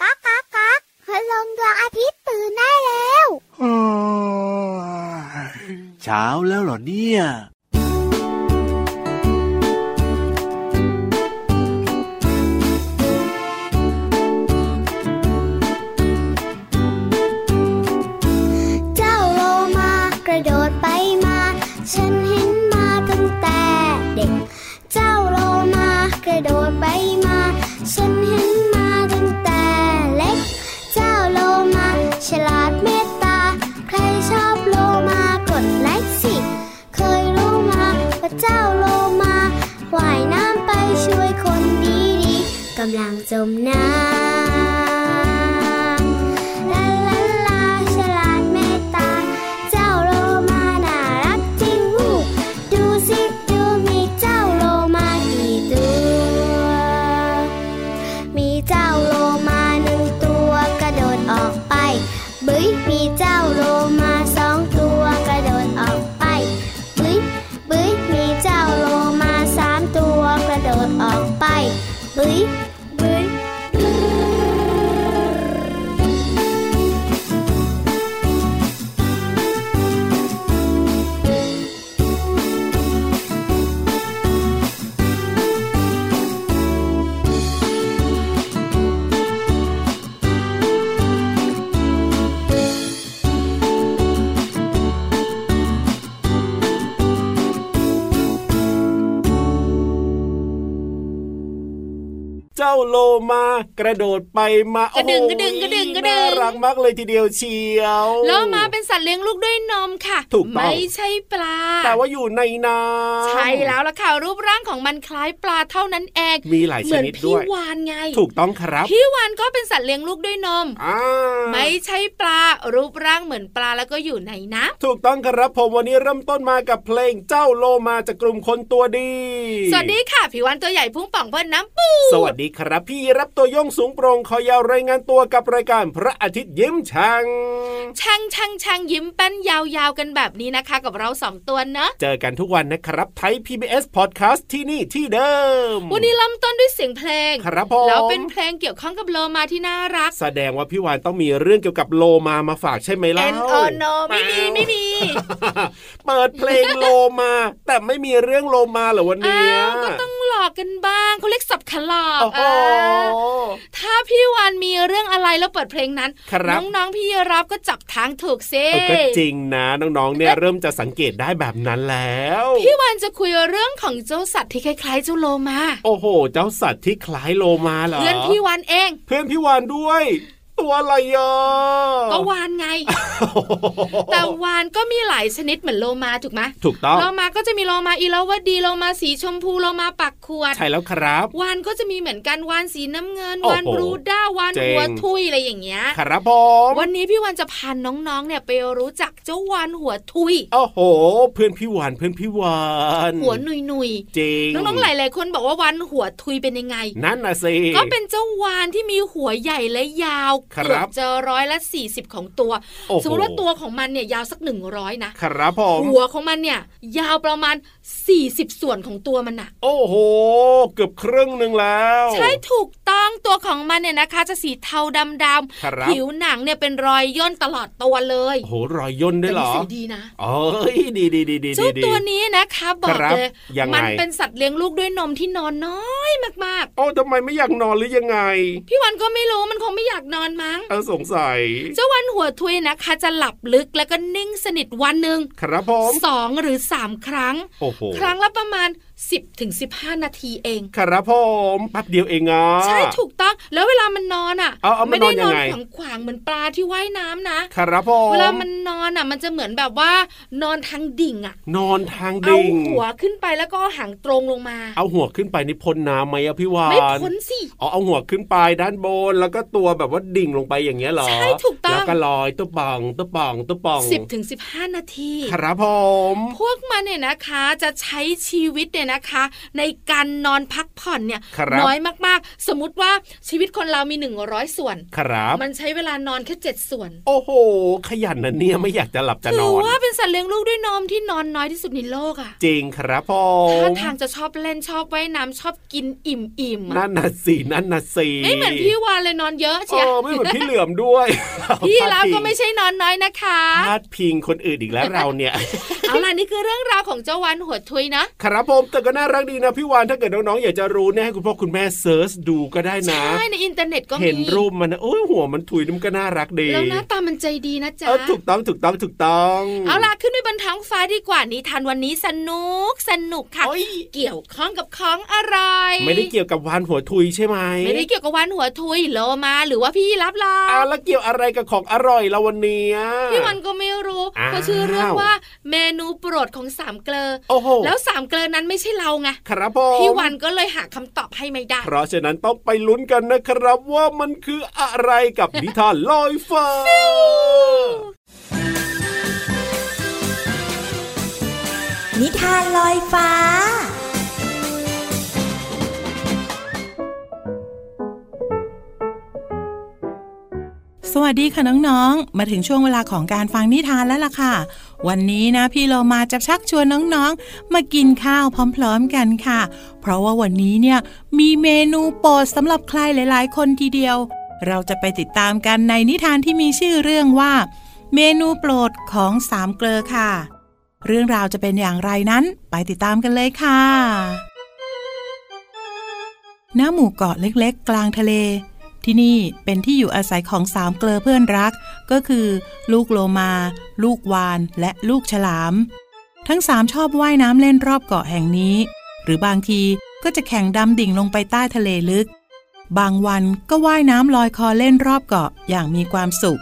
ก๊ากก๊ากก๊ากพลงดวงอาทิตย์ตื่นได้แล้ว เช้าแล้วเหรอเนี่ย เจ้าโลมากระโดดไปมา ฉันเห็นมาตั้งแต่เด็ก เจ้าโลมากระโดดไปมา ฉันเห็นมาตั้งแต่เล็ก เจ้าโลมาฉลาดเมตตา ใครชอบโลมากดไลค์สิ เคยรู้มาว่าเจ้าโลมาว่ายน้ำไปช่วยคนดีๆกำลังจมน้ำลาลาลาฉลาดเมตตา เจ้าโลมาน่ารักจริงหูดูสิดูมีเจ้าโลมากี่ตัว มีเจ้าโลมาหนึ่งตัวกระโดดออกไปบึ้ยมีเจ้าโลมาสองตัวกระโดดออกไปบึ้ยบึ้ยมีเจ้าโลมาสามตัวกระโดดออกไปบึ้ยบึ้ยบึ้ย เจ้าโลมากระโดดไปมาก ระดึง โอ้โห กระดึงกระดึงกระดึง น่ารักมากเลยทีเดียวเชียว แล้วมาเป็นสัตว์เลี้ยงลูกด้วยนมค่ะ ถูกต้อง ไม่ใช่ปลา แต่ว่าอยู่ในน้ำ ใช่แล้วล่ะค่ะ รูปร่างของมันคล้ายปลาเท่านั้นเอง มีหลายชเหมือน นิด พี่ ด้วย วานไง ถูกต้องครับ พี่วานก็เป็นสัตว์เลี้ยงลูกด้วยนม อ่า ไม่ใช่ปลา รูปร่างเหมือนปลาแล้วก็อยู่ในน้ ถูกต้องครับผมวันนี้เริ่มต้นมากับเพลงเจ้าโลมาจากกลุ่มคนตัวดี ำสวัสดีค่ะผิววันตัวใหญ่พุ่งป่องเพิ่นน้ำปู สวัสดีครับ พี่รับตัวโย่องสูงโปรงคอยาวรายงานตัวกับรายการพระอาทิตย์ยิ้มช่าง ช่างช่างช่างยิ้มแป้นยาวๆกันแบบนี้นะคะ กับเราสองตัวเนอะ เจอกันทุกวันนะครับไทย PBS Podcast ที่นี่ที่เดิม วันนี้เริ่มต้นด้วยเสียงเพลง ครับผม แล้วเป็นเพลงเกี่ยวข้องกับโลมาที่น่ารัก แสดงว่าพี่วานต้องมีเรื่องเกี่ยวกับโลมามาฝากใช่ไหมล่ะ N O No ไม่มีไม่มี เปิดเพลงโลมา แต่ไม่มีเรื่องโลมาเหรอวัน อ้า เนี้ยว ก็ต้องหลอกกันบ้างเขาเรียกสับขลอก โอ้โห เออถ้าพี่วานมีเรื่องอะไรแล้วเปิดเพลงนั้น ครับ น้องๆพี่รับก็จับทางถูกเซ เออก็จริงนะน้องๆเนี่ยเริ่มจะสังเกตได้แบบนั้นแล้ว พี่วานจะคุยเรื่องของเจ้าสัตว์ที่คล้ายๆเจ้าโลมา โอ้โห เจ้าสัตว์ที่คล้ายโลมาเหรอ เพื่อนพี่วานเอง เพื่อนพี่วานด้วย ตัวอะไรอ่ะ ก็วานไง แต่วานก็มีหลายชนิดเหมือนโลมาถูกไหม ถูกต้อง โลมาก็จะมีโลมาอีลาวดีโลมาสีชมพูโลมาปักขวด ใช่แล้วครับ วานก็จะมีเหมือนกันวานสีน้ำเงิน โอ้โห วานบรูด้าวาน เจ๋ง หัวทุยอะไรอย่างเงี้ย ครับผม วันนี้พี่วันจะพาน้องๆ เนี่ยไปรู้จักเจ้าวานหัวทุย โอ้โห เพื่อนพี่วานเพื่อนพี่วาน หัวหนุยหนุย จริง ๆน้องๆ หลายๆ คนบอกว่าวานหัวทุยเป็นยังไง นั่นนะสิ ก็เป็นเจ้าวานที่มีหัวใหญ่และยาว ครับ เกือบจะร้อยละสี่สิบของตัว โอ้โห สมมติว่าตัวของมันเนี่ยยาวสักหนึ่งร้อยนะครับ ผม หัวของมันเนี่ยยาวประมาณ 40 ส่วนของตัวมันน่ะ โอ้โห เกือบครึ่งหนึ่งแล้ว ใช่ถูกต้องตัวของมันเนี่ยนะคะ จะสีเทาดำ ครับ ๆผิวหนังเนี่ยเป็นรอยย่นตลอดตัวเลย โอ้โหรอยย่นด้วยเหรอ แต่นิสัยดีนะ เอ้ยดีดีดีดี เจ้า ดี ตัวนี้นะคะบอก ครับ เลย ยังไง มันเป็นสัตว์เลี้ยงลูกด้วยนมที่นอนน้อยมาก โอ้ทำไมไม่อยากนอนหรือยังไง ๆ พี่วันก็ไม่รู้มันคงไม่อยากนอนมั้ง เออสงสัย เจ้าวันหัวทุยนะคะ จะหลับลึกแล้วก็นิ่งสนิทวันหนึ่ง ครับผม สองหรือสามครั้ง โอ้โห ครั้งละประมาณ 10-15ถึง15 นาทีเอง ครับผมแป๊บเดียวเองอ่ะ ใช่ถูกต้องแล้วเวลามันนอนอ่ะ เอาเอามัน ไม่ได้ นอนยั นอง น ไง ขวางขวางๆเหมือนปลาที่ว่ายน้ำนะ ครับผม เวลามันนอนอ่ะ มันจะเหมือนแบบว่านอนทางดิ่งอ่ะ นอนทาง เอา ดิ่ง หัวขึ้นไปแล้วก็หางตรงลงมา เอาหัวขึ้นไปนี่พ้นน้ำไหมอะพี่วาน ไม่พ้นสิ อ๋อเอาหัวขึ้นไปด้านบน แล้วก็ตัวแบบว่าดิ่งลงไปอย่างเงี้ยเหรอ ใช่ถูกต้อง แล้วก็ลอยตุ๊บป่องตุ๊บป่องตุ๊บป่อง สิบถึงสิบห้านาที ครับผม พวกมันเนี่ยนะคะจะใช้ชีวิตเนี่ย เนี่ยนะคะ ในการนอนพักผ่อนเนี่ย ครับ น้อยมากๆ สมมติว่าชีวิตคนเรามี 100 ส่วน ครับ มันใช้เวลานอนแค่ 7 ส่วน โอ้โห ขยันนะเนี่ยไม่อยากจะหลับจะน ถื อน ว่าเป็นสัตว์เลี้ยงลูกด้วยนมที่นอนน้อยที่สุดในโลกอะ จริงครับพ่อ ท่าทางจะชอบเล่นชอบว่ายน้ำชอบกินอิ่มอิ่มๆอะ นั่นน่ะสินั่นน่ะสิ ไม่เหมือนพี่วานเลยนอนเยอะ เอ เชียว อไม่เหมือนพี่เหลือมด้วย พี่ พ แล้ ด ว พิง ก็ไม่ใช่นอนน้อยนะคะ พาดพิงคนอื่น อีกแล้วเราเนี่ย เอาล่ะนี่คือเรื่องราวของเจ้าวันหัวทุยนะ ครับผมแต่ก็น่ารักดีนะพี่วานถ้าเกิดน้องๆอยากจะรู้เนี่ยให้คุณพ่อคุณแม่เซิร์ชดูก็ได้นะ ใช่ ในอินเทอร์เน็ตก็มี เห็นรูปมันนะโอ้ยหัวมันถุยนี่มันก็น่ารักดี แล้วหน้าตามันใจดีนะจ๊ะ เออถูกต้องถูกต้องถูกต้อง เอาล่ะ ขึ้นไปบนท้องฟ้าดีกว่านิทานวันนี้สนุกสนุกค่ะ โอ๊ย เกี่ยวข้องกับของอะไร ไม่ได้เกี่ยวกับวานหัวทุยใช่ไหม ไม่ได้เกี่ยวกับวันหัวทุยโลมาหรือว่าพี่รับลา เอาแล้วเกี่ยวอะไรกับของอร่อยเราวันเนี้ย พี่วันก็ไม่รู้ อ้าว เขาชื่อเรื่องว่าเมนูโปรดของสามเกลอ โอ้โห แล้วสามเกลอนั้นไม่ใช่เราไง ครับผม พี่วันก็เลยหาคำตอบให้ไม่ได้ เพราะฉะนั้นต้องไปลุ้นกันนะครับว่ามันคืออะไรกับนิทานลอยฟ้า นิทานลอยฟ้า สวัสดีค่ะน้องๆ มาถึงช่วงเวลาของการฟังนิทานแล้วล่ะค่ะ วันนี้นะพี่เรามาจะชักชวนน้องๆ มากินข้าวพร้อมๆกันค่ะ เพราะว่าวันนี้เนี่ยมีเมนูโปรดสำหรับใครหลายๆ คนทีเดียว เราจะไปติดตามกันในนิทานที่มีชื่อเรื่องว่า เมนูโปรดของสามเกลอค่ะ เรื่องราวจะเป็นอย่างไรนั้นไปติดตามกันเลยค่ะ ณ หมู่เกาะเล็กๆ กลางทะเล ที่นี่เป็นที่อยู่อาศัยของสามเกลอเพื่อนรัก ก็คือ ลูกโลมา ลูกวาน และลูกฉลาม ทั้งสามชอบว่ายน้ำเล่นรอบเกาะแห่งนี้ หรือบางทีก็จะแข่งดำดิ่งลงไปใต้ทะเลลึก บางวันก็ว่ายน้ำลอยคอเล่นรอบเกาะอย่างมีความสุข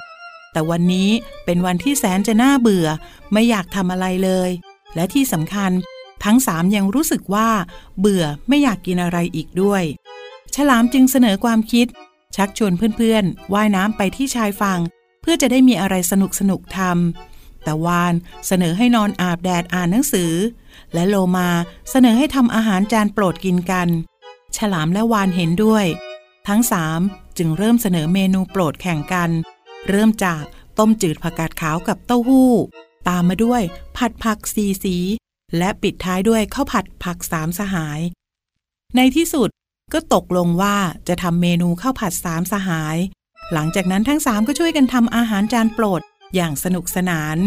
แต่วันนี้เป็นวันที่แสนจะน่าเบื่อ ไม่อยากทำอะไรเลย และที่สำคัญ ทั้งสามยังรู้สึกว่า เบื่อไม่อยากกินอะไรอีกด้วย ฉลามจึงเสนอความคิด ชักชวนเพื่อนๆว่ายน้ำไปที่ชายฝั่งเพื่อจะได้มีอะไรสนุกสนุกๆทำแต่วานเสนอให้นอนอาบแดดอ่านหนังสือ และโลมาเสนอให้ทำอาหารจานโปรดกินกัน ฉลามและวานเห็นด้วย ทั้งสามจึงเริ่มเสนอเมนูโปรดแข่งกัน เริ่มจากต้มจืดผักกาดขาวกับเต้าหู้ ตามมาด้วยผัดผักสีสี และปิดท้ายด้วยข้าวผัดผักสามสหาย ในที่สุดก็ตกลงว่าจะทำเมนูข้าวผัดสามสหาย หลังจากนั้นทั้งสามก็ช่วยกันทำอาหารจานโปรดอย่างสนุกสนาน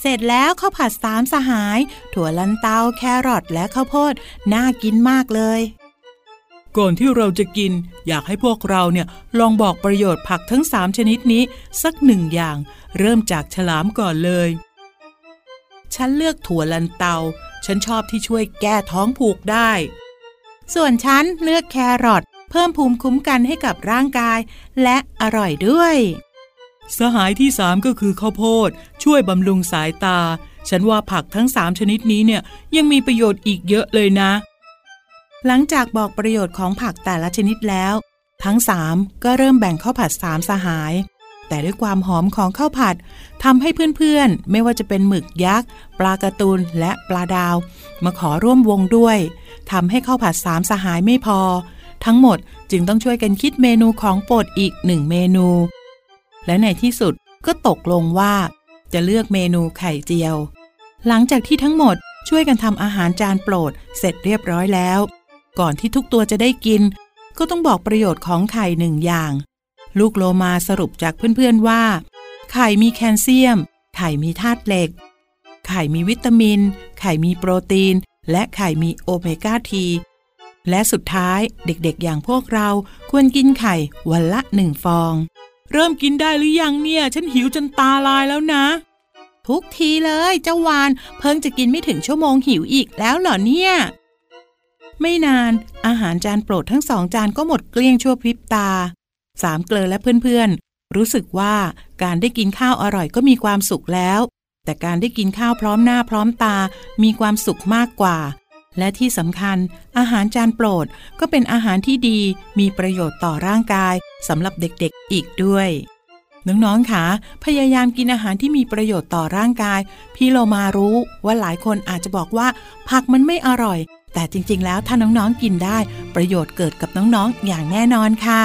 เสร็จแล้วข้าวผัดสามสหาย ถั่วลันเตาแครอทและข้าวโพดน่ากินมากเลย ก่อนที่เราจะกิน อยากให้พวกเราเนี่ยลองบอกประโยชน์ผักทั้ง 3 ชนิดนี้สักหนึ่งอย่าง เริ่มจากฉลามก่อนเลย ฉันเลือกถั่วลันเตา ฉันชอบที่ช่วยแก้ท้องผูกได้ ส่วนฉันเลือกแครอทเพิ่มภูมิคุ้มกันให้กับร่างกาย และอร่อยด้วย สหายที่ 3 ก็คือข้าวโพด ช่วยบำรุงสายตา ฉันว่าผักทั้ง 3 ชนิดนี้เนี่ยยังมีประโยชน์อีกเยอะเลยนะ หลังจากบอกประโยชน์ของผักแต่ละชนิดแล้ว ทั้ง 3 ก็เริ่มแบ่งข้าวผัด 3 สหาย แต่ด้วยความหอมของข้าวผัดทำให้เพื่อนๆ ไม่ว่าจะเป็นหมึกยักษ์ ปลาการะตูนและปลาดาว มาขอร่วมวงด้วยทำให้ข้าวผัด 3 สหายไม่พอ ทั้งหมดจึงต้องช่วยกันคิดเมนูของโปรดอีกหนึ่งเมนู และในที่สุดก็ตกลงว่า จะเลือกเมนูไข่เจียว หลังจากที่ทั้งหมดช่วยกันทำอาหารจานโปรดเสร็จเรียบร้อยแล้ว ก่อนที่ทุกตัวจะได้กิน ก็ต้องบอกประโยชน์ของไข่หนึ่งอย่าง ลูกโลมาสรุปจากเพื่อนๆว่า ไข่มีแคลเซียม ไข่มีธาตุเหล็ก ไข่มีวิตามิน ไข่มีโปรตีน และไข่มีโอเมก้าที และสุดท้ายเด็กๆอย่างพวกเราควรกินไข่วันละหนึ่งฟอง เริ่มกินได้หรือยังเนี่ย ฉันหิวจนตาลายแล้วนะ ทุกทีเลยเจ้าวาน เพิ่งจะกินไม่ถึงชั่วโมงหิวอีกแล้วเหรอเนี่ย ไม่นานอาหารจานโปรดทั้งสองจานก็หมดเกลี้ยงชั่วพริบตา สามเกลอและเพื่อนๆ รู้สึกว่าการได้กินข้าวอร่อยก็มีความสุขแล้ว แต่การได้กินข้าวพร้อมหน้าพร้อมตามีความสุขมากกว่า และที่สำคัญ อาหารจานโปรดก็เป็นอาหารที่ดีมีประโยชน์ต่อร่างกายสำหรับเด็กๆอีกด้วย น้องๆค่ะพยายามกินอาหารที่มีประโยชน์ต่อร่างกาย พี่โลมารู้ว่าหลายคนอาจจะบอกว่า ผักมันไม่อร่อย แต่จริงๆ แล้วถ้าน้องๆ กินได้ ประโยชน์เกิดกับน้องๆ อย่างแน่นอนค่ะ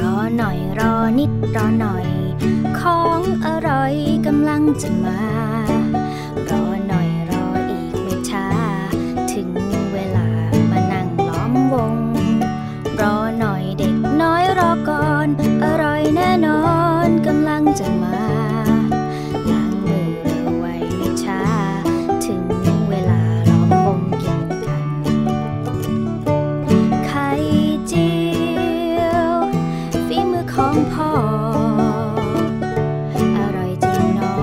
รอหน่อยรอนิดรอหน่อย ของอร่อยกำลังจะมา รอหน่อยรออีกไม่ช้า ถึงเวลามานั่งล้อมวง รอหน่อยเด็กน้อยรอก่อน อร่อยแน่นอนกำลังจะมาล้างมือเร็วไวไม่ช้า ถึงเวลาล้อมวงกินกัน ไข่เจียว ฝีมือของพ่อ อร่อยจริงหนอ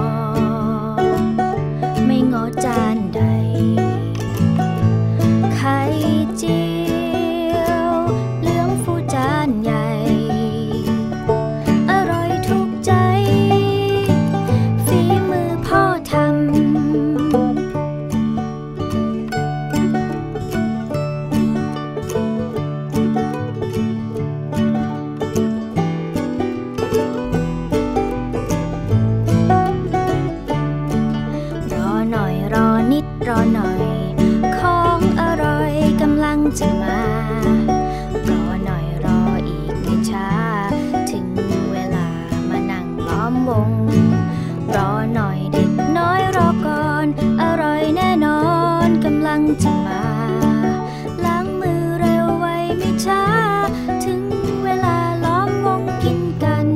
ไม่งอจานใด ไข่เจียวเหลืองฟูจานใหญ่ อร่อยถูกใจ ฝีมือพ่อทำ รอหน่อยรอนิดรอหน่อย ของอร่อยกำลังจะมา รอหน่อยรออีกไม่ช้า ถึงเวลามานั่งล้อมวง รอหน่อยเด็กน้อยรอก่อน อร่อยแน่นอนกำลังจะมา ล้างมือเร็วไวไม่ช้า ถึงเวลาล้อมวงกินกัน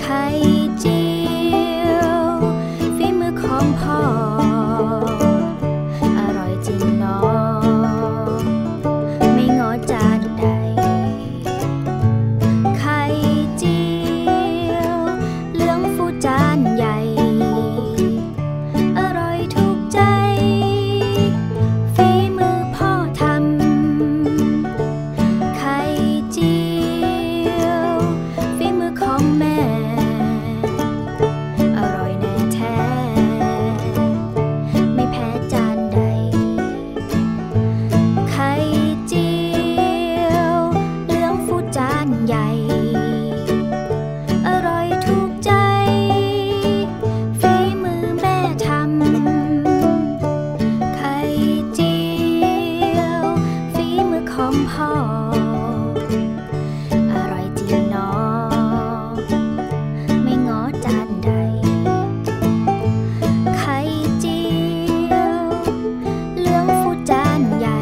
ไข่เจียวฝีมือของพ่อ อร่อยจริงหนอ ไม่งอจานใด ไข่เจียวเหลืองฟูจานใหญ่ อร่อยถูกใจ ฝีมือพ่อทำ ไข่เจียวฝีมือของแม่ อร่อยแน่แท้ ไม่แพ้จานใด ไข่เจียวเหลืองฟูจานใหญ่ อร่อยถูกใจ ฝีมือแม่ทำ ไข่เจียวฝีมือของพ่อ อร่อยจริงหนอ ไม่ง้อจานใด ไข่เจียวเหลืองฟูจานใหญ่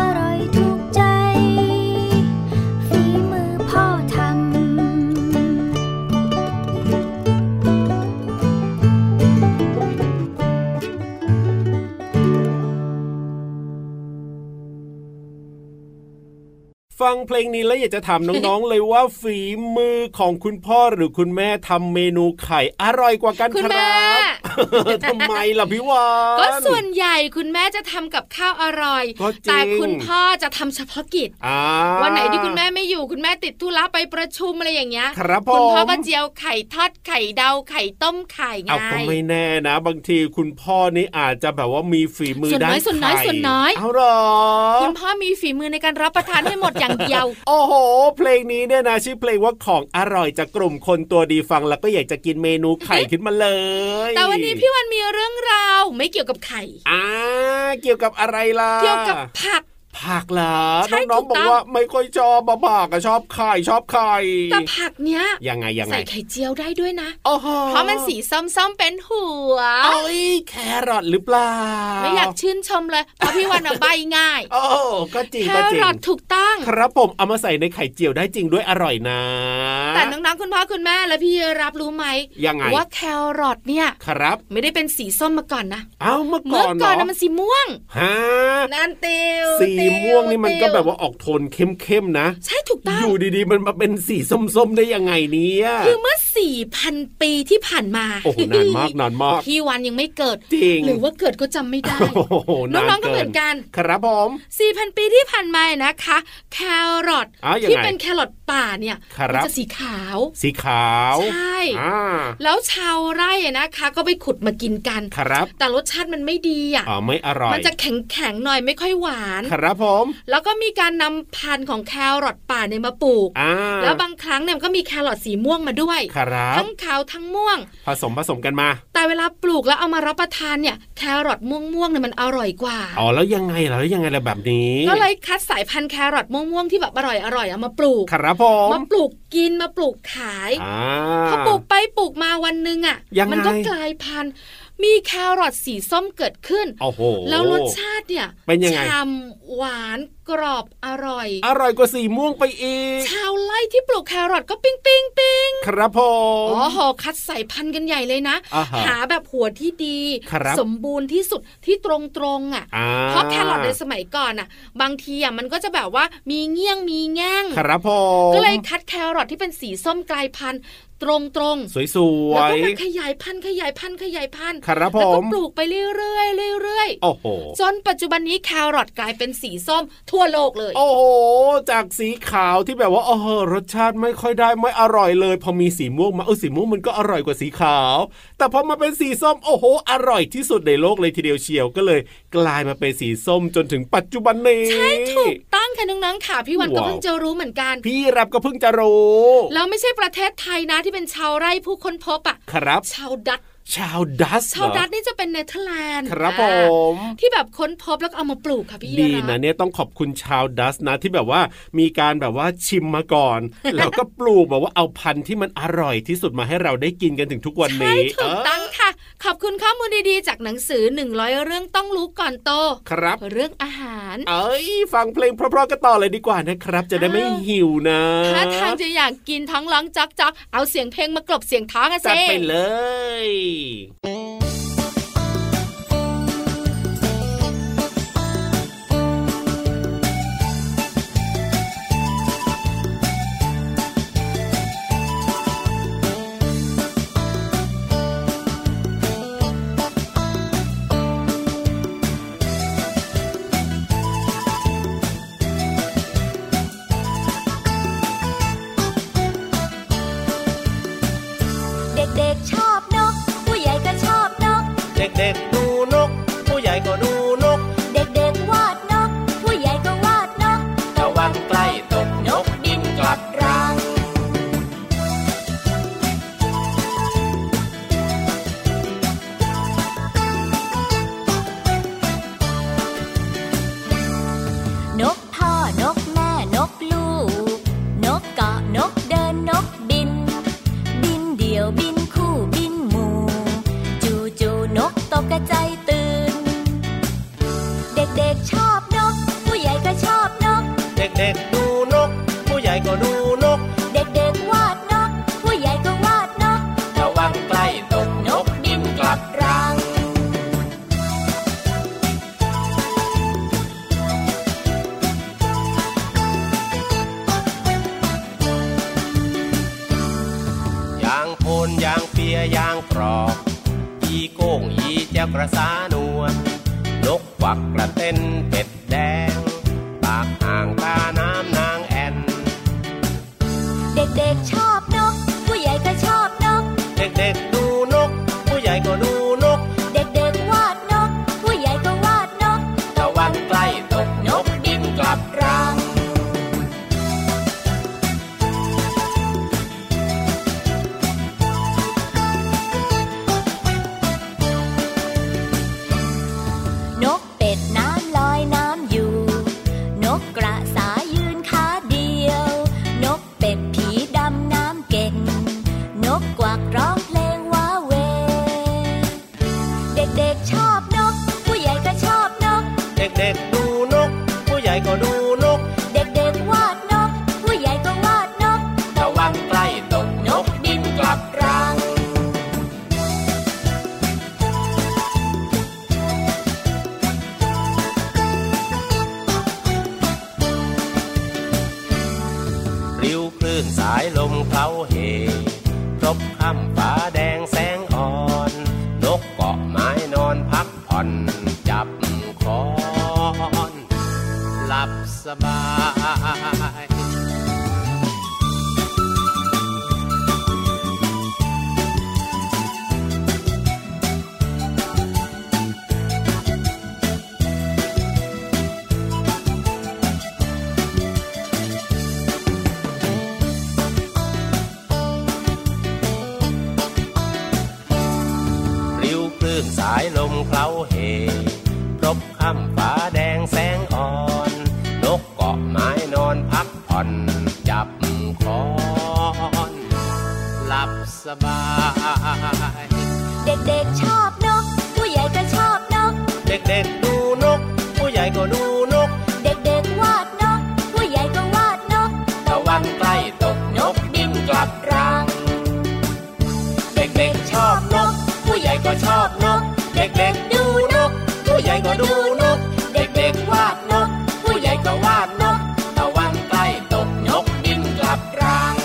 อร่อยถูกใจ ฝีมือพ่อทำ ฟังเพลงนี้แล้วอยากจะถามน้องๆ เลยว่าฝีมือของคุณพ่อหรือคุณแม่ทำเมนูไข่อร่อยกว่ากัน คุณ ค แม่ รับ ทำไมล่ะพี่วาน ก็ส่วนใหญ่คุณแม่จะทำกับข้าวอร่อย ก็จริง แต่คุณพ่อจะทำเฉพาะกิจ อ่า วันไหนที่คุณแม่ไม่อยู่คุณแม่ติดธุระไปประชุมอะไรอย่างเงี้ย ครับ คุณพ่อ ผม ก็เจียวไข่ทอดไข่ดาวไข่ต้มไข่ไง เอาก็ไม่แน่นะ บางทีคุณพ่อนี่อาจจะแบบว่ามีฝีมือ ส่วน ด้า น้อน ยส่วนน้อย ไข่ ส่วนน้อย เอาหรอ คุณพ่อมีฝีมือในการรับประทานให้หมดอย่างเดียว โอ้โห เพลงนี้เนี่ยนะชื่อเพลงว่าของอร่อยจากกลุ่มคนตัวดีฟังแล้วก็อยากจะกินเมนูไข่ขึ้นมาเลย แต่วันนี้พี่วันมีเรื่องราวไม่เกี่ยวกับไข่ อ่าเกี่ยวกับอะไรล่ะ เกี่ยวกับผัก ผักเหรอ ใช่ น้องๆ ถู บ กต้อง อกว่าไม่ค่อยชอบมาผักอะชอบไข่ชอบไข่ แต่ผักเนี้ย ยังไงยังไง ใส่ไข่เจียวได้ด้วยนะ โอ้โห เพราะมันสีส้มๆเป็นหัว เอ้ยแครอทหรือเปล่า ไม่อยากชื่นชมเลยเพราะพี่วันอะใบง่าย โอ้ก็จริง แค ก็จริ รง อทถูกต้อง ครับผมเอามาใส่ในไข่เจียวได้จริงด้วยอร่อยนะ แต่น้องๆคุณพ่อคุณแม่และพี่รับรู้ไหม ยังไง ว่าแครอทเนี่ย ครับ ไม่ได้เป็นสีส้มมาก่อนนะ เอาเมื่อก่ เมื่ อ อน ก่อน เหร นะมันสีม่วง ฮะ นั่นติว สี ติ ม่วงนี่มันก็แบบว่าออกโทนเข้มๆนะ ใช่ถูกต้อ อง ยู่ดีๆ มันมาเป็นสีส้มๆ ได้ยังไงเนี่ย คือเมื่อ 4,000 ปีที่ผ่านมา โอ้โหนานมากนานมาก พี่วันยังไม่เกิด จริง หรือว่าเกิดก็จำไม่ได้ โอ้โห น้ า องๆก็เหมือนกัน ครับผม 4,000 ปีที่ผ่านมานะคะ แครอท อ้าวยัง ที่ ไง เป็นแครอทป่าเนี่ย ครับ มัจะสีขาว สีขาว ใช่ อ่า แล้วชาวไร่อะนะคะ ก็ไปขุดมากินกัน ครับ แต่รสชาติมันไม่ดีอ่ะ อ๋อไม่อร่อย มันจะแข็งแข็งๆหน่อยไม่ค่อยหวาน ครับผม แล้วก็มีการนำพันธุ์ของแครอทป่าเนี่ยมาปลูก อ่า แล้วบางครั้งเนี่ยมันก็มีแครอทสีม่วงมาด้วย ครับ ทั้งขาวทั้งม่วง ผสมผสมกันมา แต่เวลาปลูกแล้วเอามารับประทานเนี่ยแครอทม่วงม่วงๆเนี่ยมันอร่อยกว่า อ๋อแล้วยังไงล่ะแล้วยังไงล่ะแบบนี้ ก็เลยคัดสายพันธุ์แครอทม่วงม่วงๆที่แบบอร่อยอร่อยๆเอามาปลูก ครับผม มาปลูกกินมาปลูกขาย อ่า พอปลูกไปปลูกมาวันหนึ่งอ่ะ ยังไง มัก็กลายพันธุ์ มีแครอทสีส้มเกิดขึ้น โอ้โห แล้วรสชาติเนี่ย เป็นยังไง ฉ่ำหวานกรอบอร่อย อร่อยกว่าสีม่วงไปอีก ชาวไร่ที่ปลูกแครอทก็ปิ้งปิ้งปิ้ง ครับผ โอ้ ม โหคัดสายพันธุ์กันใหญ่เลยนะ อ่าฮะ หาแบบหัวที่ดี ครับ สมบูรณ์ที่สุดที่ตรงตรงๆอ่ะ อ่ เพราะแครอทในสมัยก่อนอ่ะ บางทีอ่ะมันก็จะแบบว่ามีเงี้ยงมีแง่ง ครับผม ก็เลยคัดแครอทที่เป็นสีส้มกลายพันธุ์ ตรงตรงๆ สวย แล้วก็ ๆ มาขยายพันธุ์ขยายพันธุ์ขยายพันธุ์ ครับผ แล้วก็ ม ปลูกไปเรื่อยๆเรื่อย โอ้โห ๆจนปัจจุบันนี้แครอทกลายเป็นสีส้มทั่วโลกเลย โอ้โห จากสีขาวที่แบบว่าโอ้โหรสชาติไม่ค่อยได้ไม่อร่อยเลย พอมีสีม่วงมาเออสีม่วงมันก็อร่อยกว่าสีขาว แต่พอมาเป็นสีส้มโอ้โห อร่อยที่สุดในโลกเลยทีเดียวเชียวก็เลย กลายมาเป็นสีส้มจนถึงปัจจุบันนี้ ใช่ถูกต้องค่ะน้องๆค่ะพี่วันก็ ว้าว เพิ่งจะรู้เหมือนกัน พี่รับก็เพิ่งจะรู้ แล้วไม่ใช่ประเทศไทยนะที่เป็นชาวไร่ผู้ค้นพบอ่ะ ครับ ชาวดัตช์ ชาวดัส ชาวดัตช์ เหรอ นี่จะเป็นเนเธอร์แลนด์ ครับผ อ่าม ที่แบบค้นพบแล้วก็เอามาปลูกค่ะพี่ ดี รับ นะเนี่ยต้องขอบคุณชาวดัสนะที่แบบว่ามีการแบบว่าชิมมาก่อน แล้วก็ปลูกแบบว่าเอาพันธุ์ที่มันอร่อยที่สุดมาให้เราได้กินกันถึงทุกวัน ใช่ นี้ ถูกต้อง เออ ค่ะ ขอบคุณข้อมูลดีๆ จากหนังสือ 100 เรื่องต้องรู้ก่อนโต ครับ เรื่องอาหาร เอ้ยฟังเพลงเพราะๆกันต่อเลยดีกว่านะครับ จะได้ไม่หิวนะ ถ้าทางจะอยากกินท้องร้องจอกจอกเอาเสียงเพลงมากลบเสียงท้องอะ จัด เซ่ ไปเลย เด็กๆชอบนก ผู้ใหญ่ก็ชอบนก เด็กๆดูนก ผู้ใหญ่ก็ดูนก เด็กๆวาดนก ผู้ใหญ่ก็วาดนก ตะวันใกล้ตกนกบินกลับรัง นกพ่อนกแม่นกลูก นกเกาะนกเดินนกบิน บินเดี่ยวบินคู่บินหมู่ จูจูๆนกตกกระจายตื่น เด็กๆชอบนก ผู้ใหญ่ก็ชอบนก เด็กๆดูนก ผู้ใหญ่ก็ดูนก เด็กๆวาดนก ผู้ใหญ่ก็วาดนก ตะวันใกล้ตกนกบินกลับรัง ยางโพนยางเปียยางกรอกอีโก้งอีแจวกระสานวลนกควักกระเต้นเป็ดแดง ปากอ่างตาน้ำนางแอน เด็กๆชอบนก ผู้ใหญ่ก็ชอบนก เด็กๆดูนก ผู้ใหญ่ก็ดูนก เด็กๆวาดนก ผู้ใหญ่ก็วาดนก ตะวันใกล้ตกนกบินกลับรัง เ ลื่นสายลมเคล้าเหครบค่ำฟ้าแดงแสงอ่อน นกเกาะไม้นอนพักผ่อน จับคอน หลับสบาย ริ้วคลื่นสายลมเคล้าเหครบค่ำฟ้าแดงแสงอ่อน นกเกาะไม้นอนพักผ่อน จับคอน หลับสบาย เด็กๆชอบนก ผู้ใหญ่ก็ชอบนก เด็กๆดูนก ผู้ใหญ่ก็ดูนก เด็กๆวาดนก ผู้ใหญ่ก็วาดนก ตะวันใกล้ตกนกบินกลับรัง เด็กๆชอบนก ผู้ใหญ่ก็ชอบนก เด็กๆดูนก ผู้ใหญ่ก็ดูนก เด็กๆวาดนก ผู้ใหญ่ก็วาดนก ตะวันใกล้ตกนกบินกลับรัง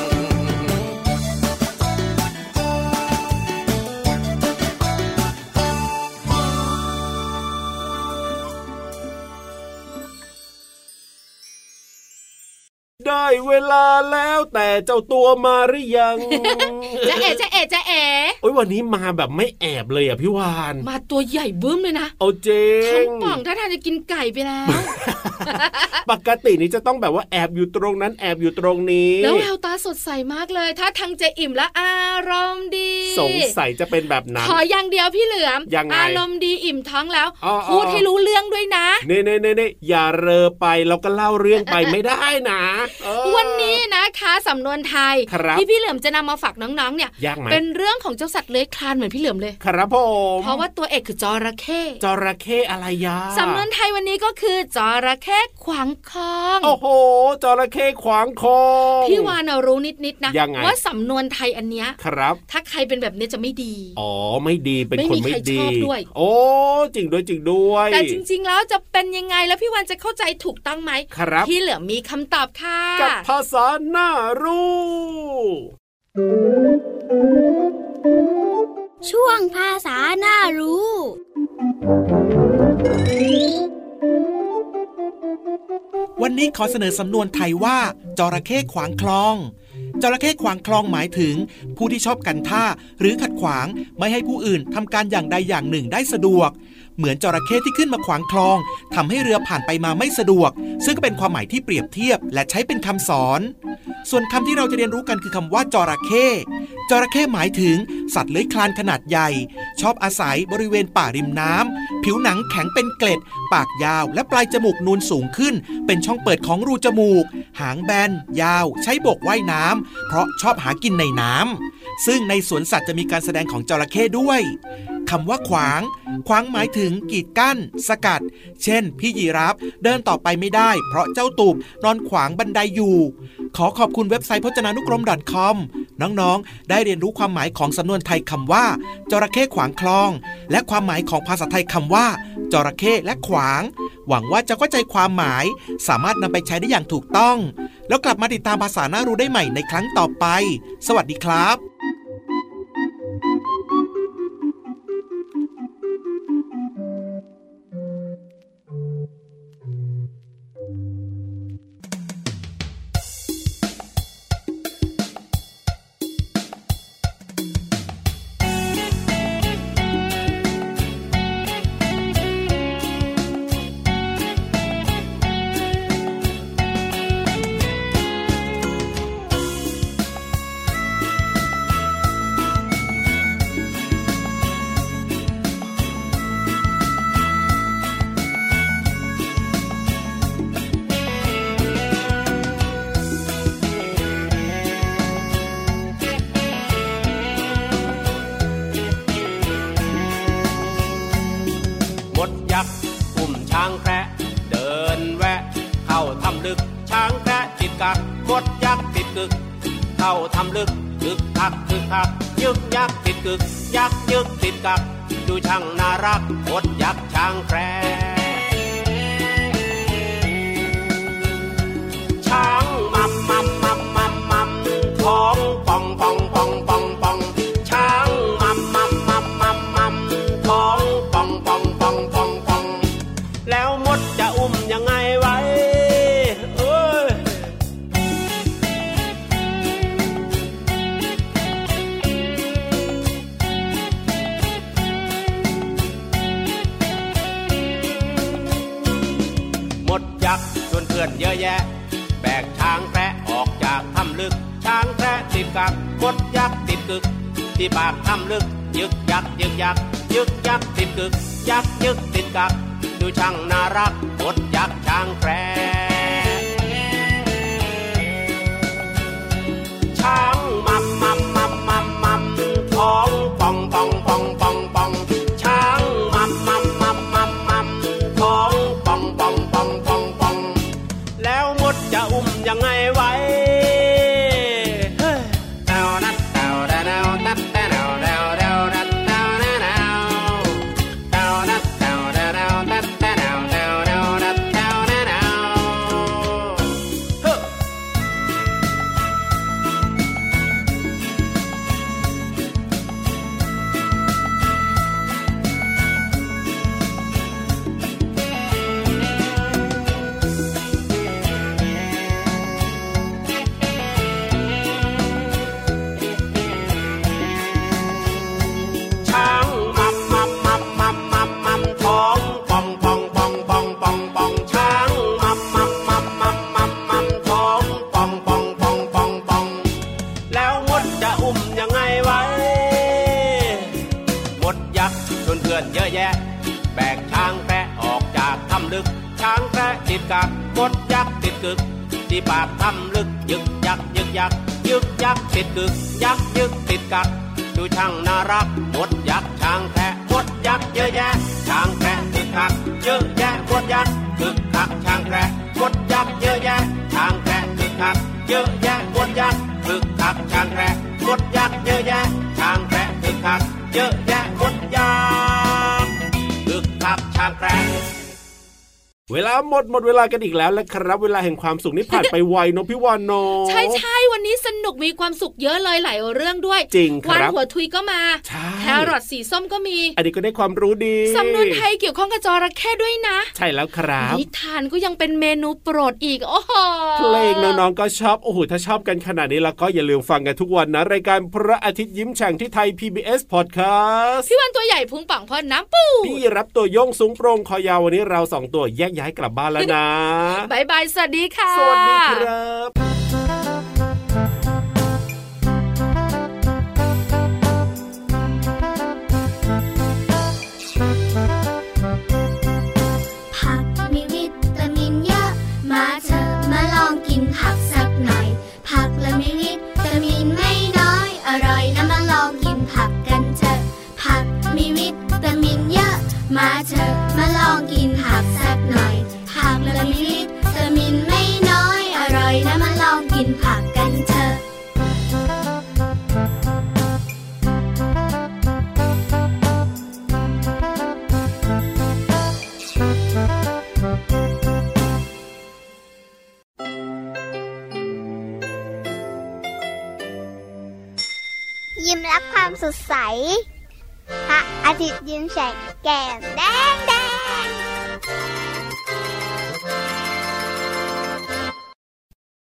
ได้เวลาแล้วแต่เจ้าตัวมาหรือ ยัง จะเอ๋จะเอ๋จะเอ๋ โอ้ยวันนี้มาแบบไม่แอบเลยอ่ะพี่วาน มาตัวใหญ่บึ้มเลยนะ เอาเจ ทั้ ง งป่องถ้าทางจะกินไก่ไปแล้ว ปกตินี่จะต้องแบบว่าแอบอยู่ตรงนั้นแอบอยู่ตรงนี้ แล้วแววตาสดใสมากเลย ถ้าทางจะอิ่มและอารมณ์ดี สงสัยจะเป็นแบบนั้น ขออย่างเดียวพี่เหลือม ยังไง อารมณ์ดีอิ่มท้องแล้ว อ๋ออ๋อ พูดให้รู้เรื่องด้วยนะ เน่เน่เน่เน่อย่าเรอไปแล้วก็เล่าเรื่องไปไม่ได้นะเออ วันนี้นะคะสำนวนไทย ครับ ที่พี่เหลือมจะนำมาฝากน้องๆ เนี่ย ยากไหม เป็นเรื่องของเจ้าสัตว์เลื้อยคลานเหมือนพี่เหลือมเลย ครับผม เพราะว่าตัวเอกคือจระเข้ จระเข้อะไรยา สำนวนไทยวันนี้ก็คือจระเข้ขวางคลอง โอ้โหจระเข้ขวางคอง พี่วานเอารู้นิดๆนะ ยังไง ว่าสำนวนไทยอันเนี้ย ครับ ถ้าใครเป็นแบบนี้จะไม่ดี อ๋อไม่ดีเป็นคน ไม่ ไม่ มีใคร ดี ชอบด้วย โอ้จริงด้วยจริงด้วย แต่จริง ๆ แล้วจะเป็นยังไงแล้วพี่วานจะเข้าใจถูกต้องไหม ครับ พี่เหลือมีคำตอบค่ะ กับภาษาหน้ารู้ ช่วงภาษาหน้ารู้ วันนี้ขอเสนอสำนวนไทยว่าจระเข้ขวางคลอง จระเข้ขวางคลองหมายถึง ผู้ที่ชอบกันท่า หรือขัดขวางไม่ให้ผู้อื่นทำการอย่างใดอย่างหนึ่งได้สะดวก เหมือนจระเข้ที่ขึ้นมาขวางคลองทำให้เรือผ่านไปมาไม่สะดวก ซึ่งก็เป็นความหมายที่เปรียบเทียบ และใช้เป็นคำสอน ส่วนคำที่เราจะเรียนรู้กันคือคำว่าจระเข้จระเข้หมายถึง สัตว์เลื้อยคลานขนาดใหญ่ ชอบอาศัยบริเวณป่าริมน้ำผิวหนังแข็งเป็นเกล็ด ปากยาวและปลายจมูกนูนสูงขึ้น เป็นช่องเปิดของรูจมูก หางแบน ยาว ใช้บกว่ายน้ำเพราะชอบหากินในน้ำซึ่งในสวนสัตว์จะมีการแสดงของจระเข้ด้วย คำว่าขวาง ขวางหมายถึงกีดกั้น สกัด เช่น พี่ยีรับเดินต่อไปไม่ได้ เพราะเจ้าตูบนอนขวางบันไดอยู่ ขอขอบคุณเว็บไซต์พจนานุกรม .com น้องๆ ได้เรียนรู้ความหมายของสำนวนไทยคำว่า จระเข้ขวางคลอง และความหมายของภาษาไทยคำว่า จระเข้และขวาง หวังว่าจะเข้าใจความหมาย สามารถนำไปใช้ได้อย่างถูกต้อง แล้วกลับมาติดตามภาษาหน้ารู้ได้ใหม่ในครั้งต่อไป สวัสดีครับ มดยักษ์อุ้มช้างแคระเดินแวะ เข้าทำลึกช้างแคระติดกักมดยักษ์ติดกึก เข้าทำลึกลึกคักคึกคักยึกยักษ์ติดกึก ยักษ์ยึกติดกัก ดูช่างน่ารักมดยักษ์ช้างแคระ ช้างมัมมัมมัมมัมมัม กักกดยักติดกึก ที่ปากถ้ำลึก ยึกยักยึกยักยึกยักติดกึก ยักยึกติดกัก ดูช่างน่ารักกดยักช่างแคร ช้างมัมมัมมัมมัมมัมท้องป่องป่องป่องป่องป่องช้างมัมมัมมัมมัมมัมท้องป่องป่องป่องป่องป่องแล้วมดจะอุ้มยังไงไหวเฮ้ยแต้วนัดแต้วแต้วแต้วนัดแต้วแต้วแต้วแต้วนัดแต้วแต้วแต้วแต้วนัดแต้วแต้วแต้วนัดแต้วแต้วแต้วแต้วนัดแต้วแต้วแต้วเฮ้อ ช้างมัมมัมมัมมัมมัมมัมท้องป่องป่องป่องป่องป่องป่องช้างมัมมัมมัมมัมมัมมัมท้องป่องป่องป่องป่องป่องแล้วมดจะอุ้มยังไงไว้มดยักษ์ชวนเพื่อนเยอะแยะ แบกช้างแพะออกจากถ้ำลึก ช้างแพะติดกับมดยักษ์ติดกึก ที่ปากถ้ำลึกยึกยักยึกยักยึกยักติดกึก ยักยึกติดกัก ดูช่างน่ารักมดยักษ์ช้างแพะมดยักษ์เยอะแยะช้างแพะคึกคักเยอะแยะมดยักษ์คึกคักช้างแพะมดยักษ์เยอะแยะช้างแพะคึกคักเยอะแยะมดยักษ์คึกคักช้างแพะมดยักษ์เยอะแยะช้างแพะคึกคักเยอะแยะมดยักษ์คึกคักช้างแพะ เวลาหมดหมดเวลากันอีกแล้วและครับ เวลาแห่งความสุขนี่ผ่านไปไวเนอะพี่วานเนอะ ใช่ใช่วันนี้สนุกมีความสุขเยอะเลยหลายเรื่องด้วย จริงครับ วันหัวทุยก็มา ใช่ แครอทสีส้มก็มี อันนี้ก็ได้ความรู้ดี สำนวนไทยเกี่ยวข้องกับจระเข้ด้วยนะ ใช่แล้วครับ นิทานก็ยังเป็นเมนูโปรดอีก โอ้โห เพลงน้องๆก็ชอบ โอ้โห ถ้าชอบกันขนาดนี้แล้วก็อย่าลืมฟังกันทุกวันนะ รายการพระอาทิตย์ยิ้มแฉ่งที่ไทย PBS Podcast พี่วันตัวใหญ่พุงป่องพอน้ำปู พี่รับตัวโยงสูงโปรงคอยาววันนี้เราสองตัวแยกย้ายกลับบ้านแล้วนะ บายบายสวัสดีค่ะ สวัสดีครับ ผักมีวิตามินเยอะ มาเถอะมาลองกินผักสักหน่อย ผักละมีวิตามินไม่น้อย อร่อยนะมาลองกินผักกันเถอะ ผักมีวิตามินเยอะ มาเถอะมาลองกินผักสักหน่อย ผักละมีวิตามินไม่น้อย อร่อยนะมาลองกินผักกันเถอะ ยิ้มรับความสดใส พระอาทิตย์ยิ้มแฉกแก้มแดงแด